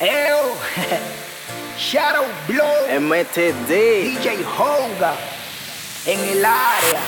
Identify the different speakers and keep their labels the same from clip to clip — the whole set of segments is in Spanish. Speaker 1: Ew. Shadow Blow.
Speaker 2: Em- MTD.
Speaker 1: DJ Honga. En el área.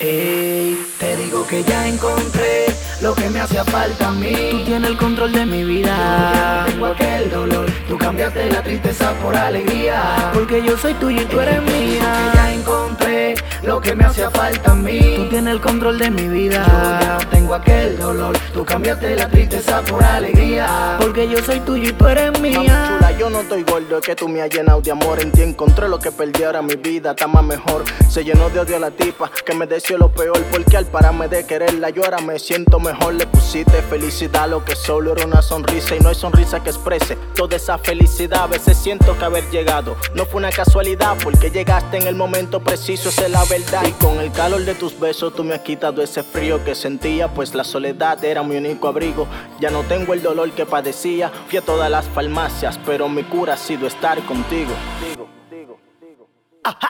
Speaker 1: Ey, te digo que ya encontré lo que me hacía falta a mí.
Speaker 3: Tú tienes el control de mi vida.
Speaker 1: Tengo aquel dolor. Tú cambiaste la tristeza por alegría.
Speaker 3: Porque yo soy tuyo y tú eres
Speaker 1: Que
Speaker 3: mía.
Speaker 1: ya encontré lo que me hacía falta a
Speaker 3: Tú
Speaker 1: mí.
Speaker 3: tienes el control de mi
Speaker 1: Ya
Speaker 3: vida.
Speaker 1: tengo aquel dolor. Tú cambiaste la tristeza por alegría.
Speaker 3: Porque yo soy tuyo y tú eres
Speaker 2: Mami
Speaker 3: mía.
Speaker 2: chula, yo no estoy gordo, es que tú me has llenado de amor. En ti encontré lo que perdí, ahora mi vida está más mejor. Se llenó de odio la tipa que me deseó lo peor, porque al pararme de quererla, yo ahora me siento mejor. Le pusiste felicidad, a lo que solo era una sonrisa y no hay sonrisa que exprese toda esa felicidad. A veces siento que haber llegado no fue una casualidad, porque llegaste en el momento preciso, esa es la verdad. Y con el calor de tus besos, tú me has quitado ese frío que sentía, pues la soledad era mi único abrigo. Ya no tengo el dolor que padecía, fui a todas las farmacias, pero mi cura ha sido estar contigo.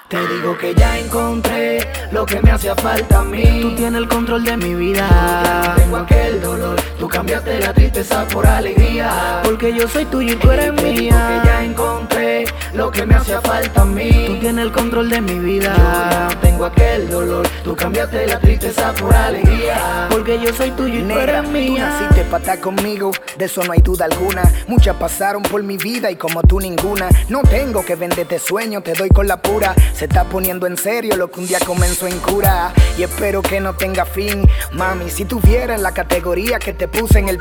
Speaker 1: Te digo que ya encontré lo que me hacía falta a mí.
Speaker 3: Tú tienes el control de mi vida.
Speaker 1: Tengo aquel dolor, tú cambiaste la tristeza por alegría.
Speaker 3: Porque yo soy tuyo y tú eres
Speaker 1: Te digo que ya
Speaker 3: mía.
Speaker 1: encontré lo que me hacía falta a
Speaker 3: Tú
Speaker 1: mí.
Speaker 3: tienes el control de mi vida.
Speaker 1: Tengo aquel dolor, tú cambiaste la tristeza por alegría.
Speaker 3: Porque yo soy tuyo y tú
Speaker 4: Negra,
Speaker 3: eres
Speaker 4: tú
Speaker 3: mía.
Speaker 4: naciste para estar conmigo, de eso no hay duda alguna. Muchas pasaron por mi vida y como tú ninguna. No tengo que venderte sueño, te doy con la pura. Se está poniendo en serio lo que un día comenzó en cura. Y espero que no tenga fin, mami. Si tuvieras la categoría que te puse en el.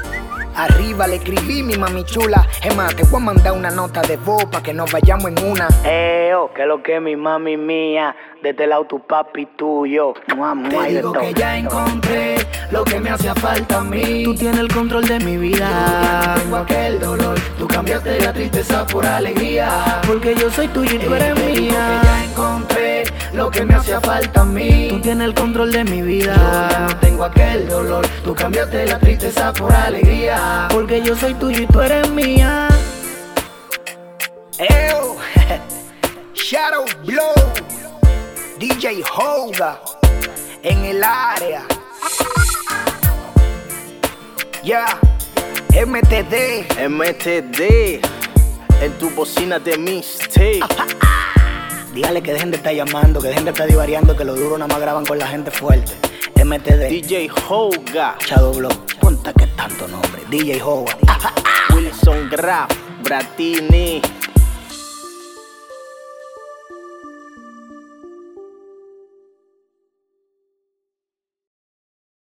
Speaker 4: Arriba le escribí mi mami chula. Es más, te voy a mandar una nota de voz para que nos vayamos en una.
Speaker 2: Eh, oh, que lo que mi mami mía, desde el auto papi tuyo.
Speaker 1: Te digo que ya encontré lo que me hacía falta a
Speaker 3: Tú
Speaker 1: mí.
Speaker 3: tienes el control de mi vida.
Speaker 1: Tengo aquel dolor, tú cambiaste la tristeza por alegría.
Speaker 3: Porque yo soy tuyo y tú
Speaker 1: Te
Speaker 3: eres
Speaker 1: digo que
Speaker 3: mía.
Speaker 1: ya encontré lo que me hacía falta a
Speaker 3: Tú
Speaker 1: mí.
Speaker 3: tienes el control de mi
Speaker 1: Ya
Speaker 3: vida.
Speaker 1: no tengo aquel dolor, tú cambiaste la tristeza por alegría.
Speaker 3: Porque yo soy tuyo y tú eres mía.
Speaker 4: Ew. Shadow Blow, DJ Holga, en el área. Ya, MTD.
Speaker 2: MTD, en tu bocina de mixtape.
Speaker 4: Dígale que dejen de estar llamando, que dejen de estar divariando, que los duros nada más graban con la gente fuerte. MTD,
Speaker 2: DJ Hoga,
Speaker 4: Shadow Blow, ponta que tanto nombre. DJ Holga.
Speaker 2: Wilson Graff, Bratini.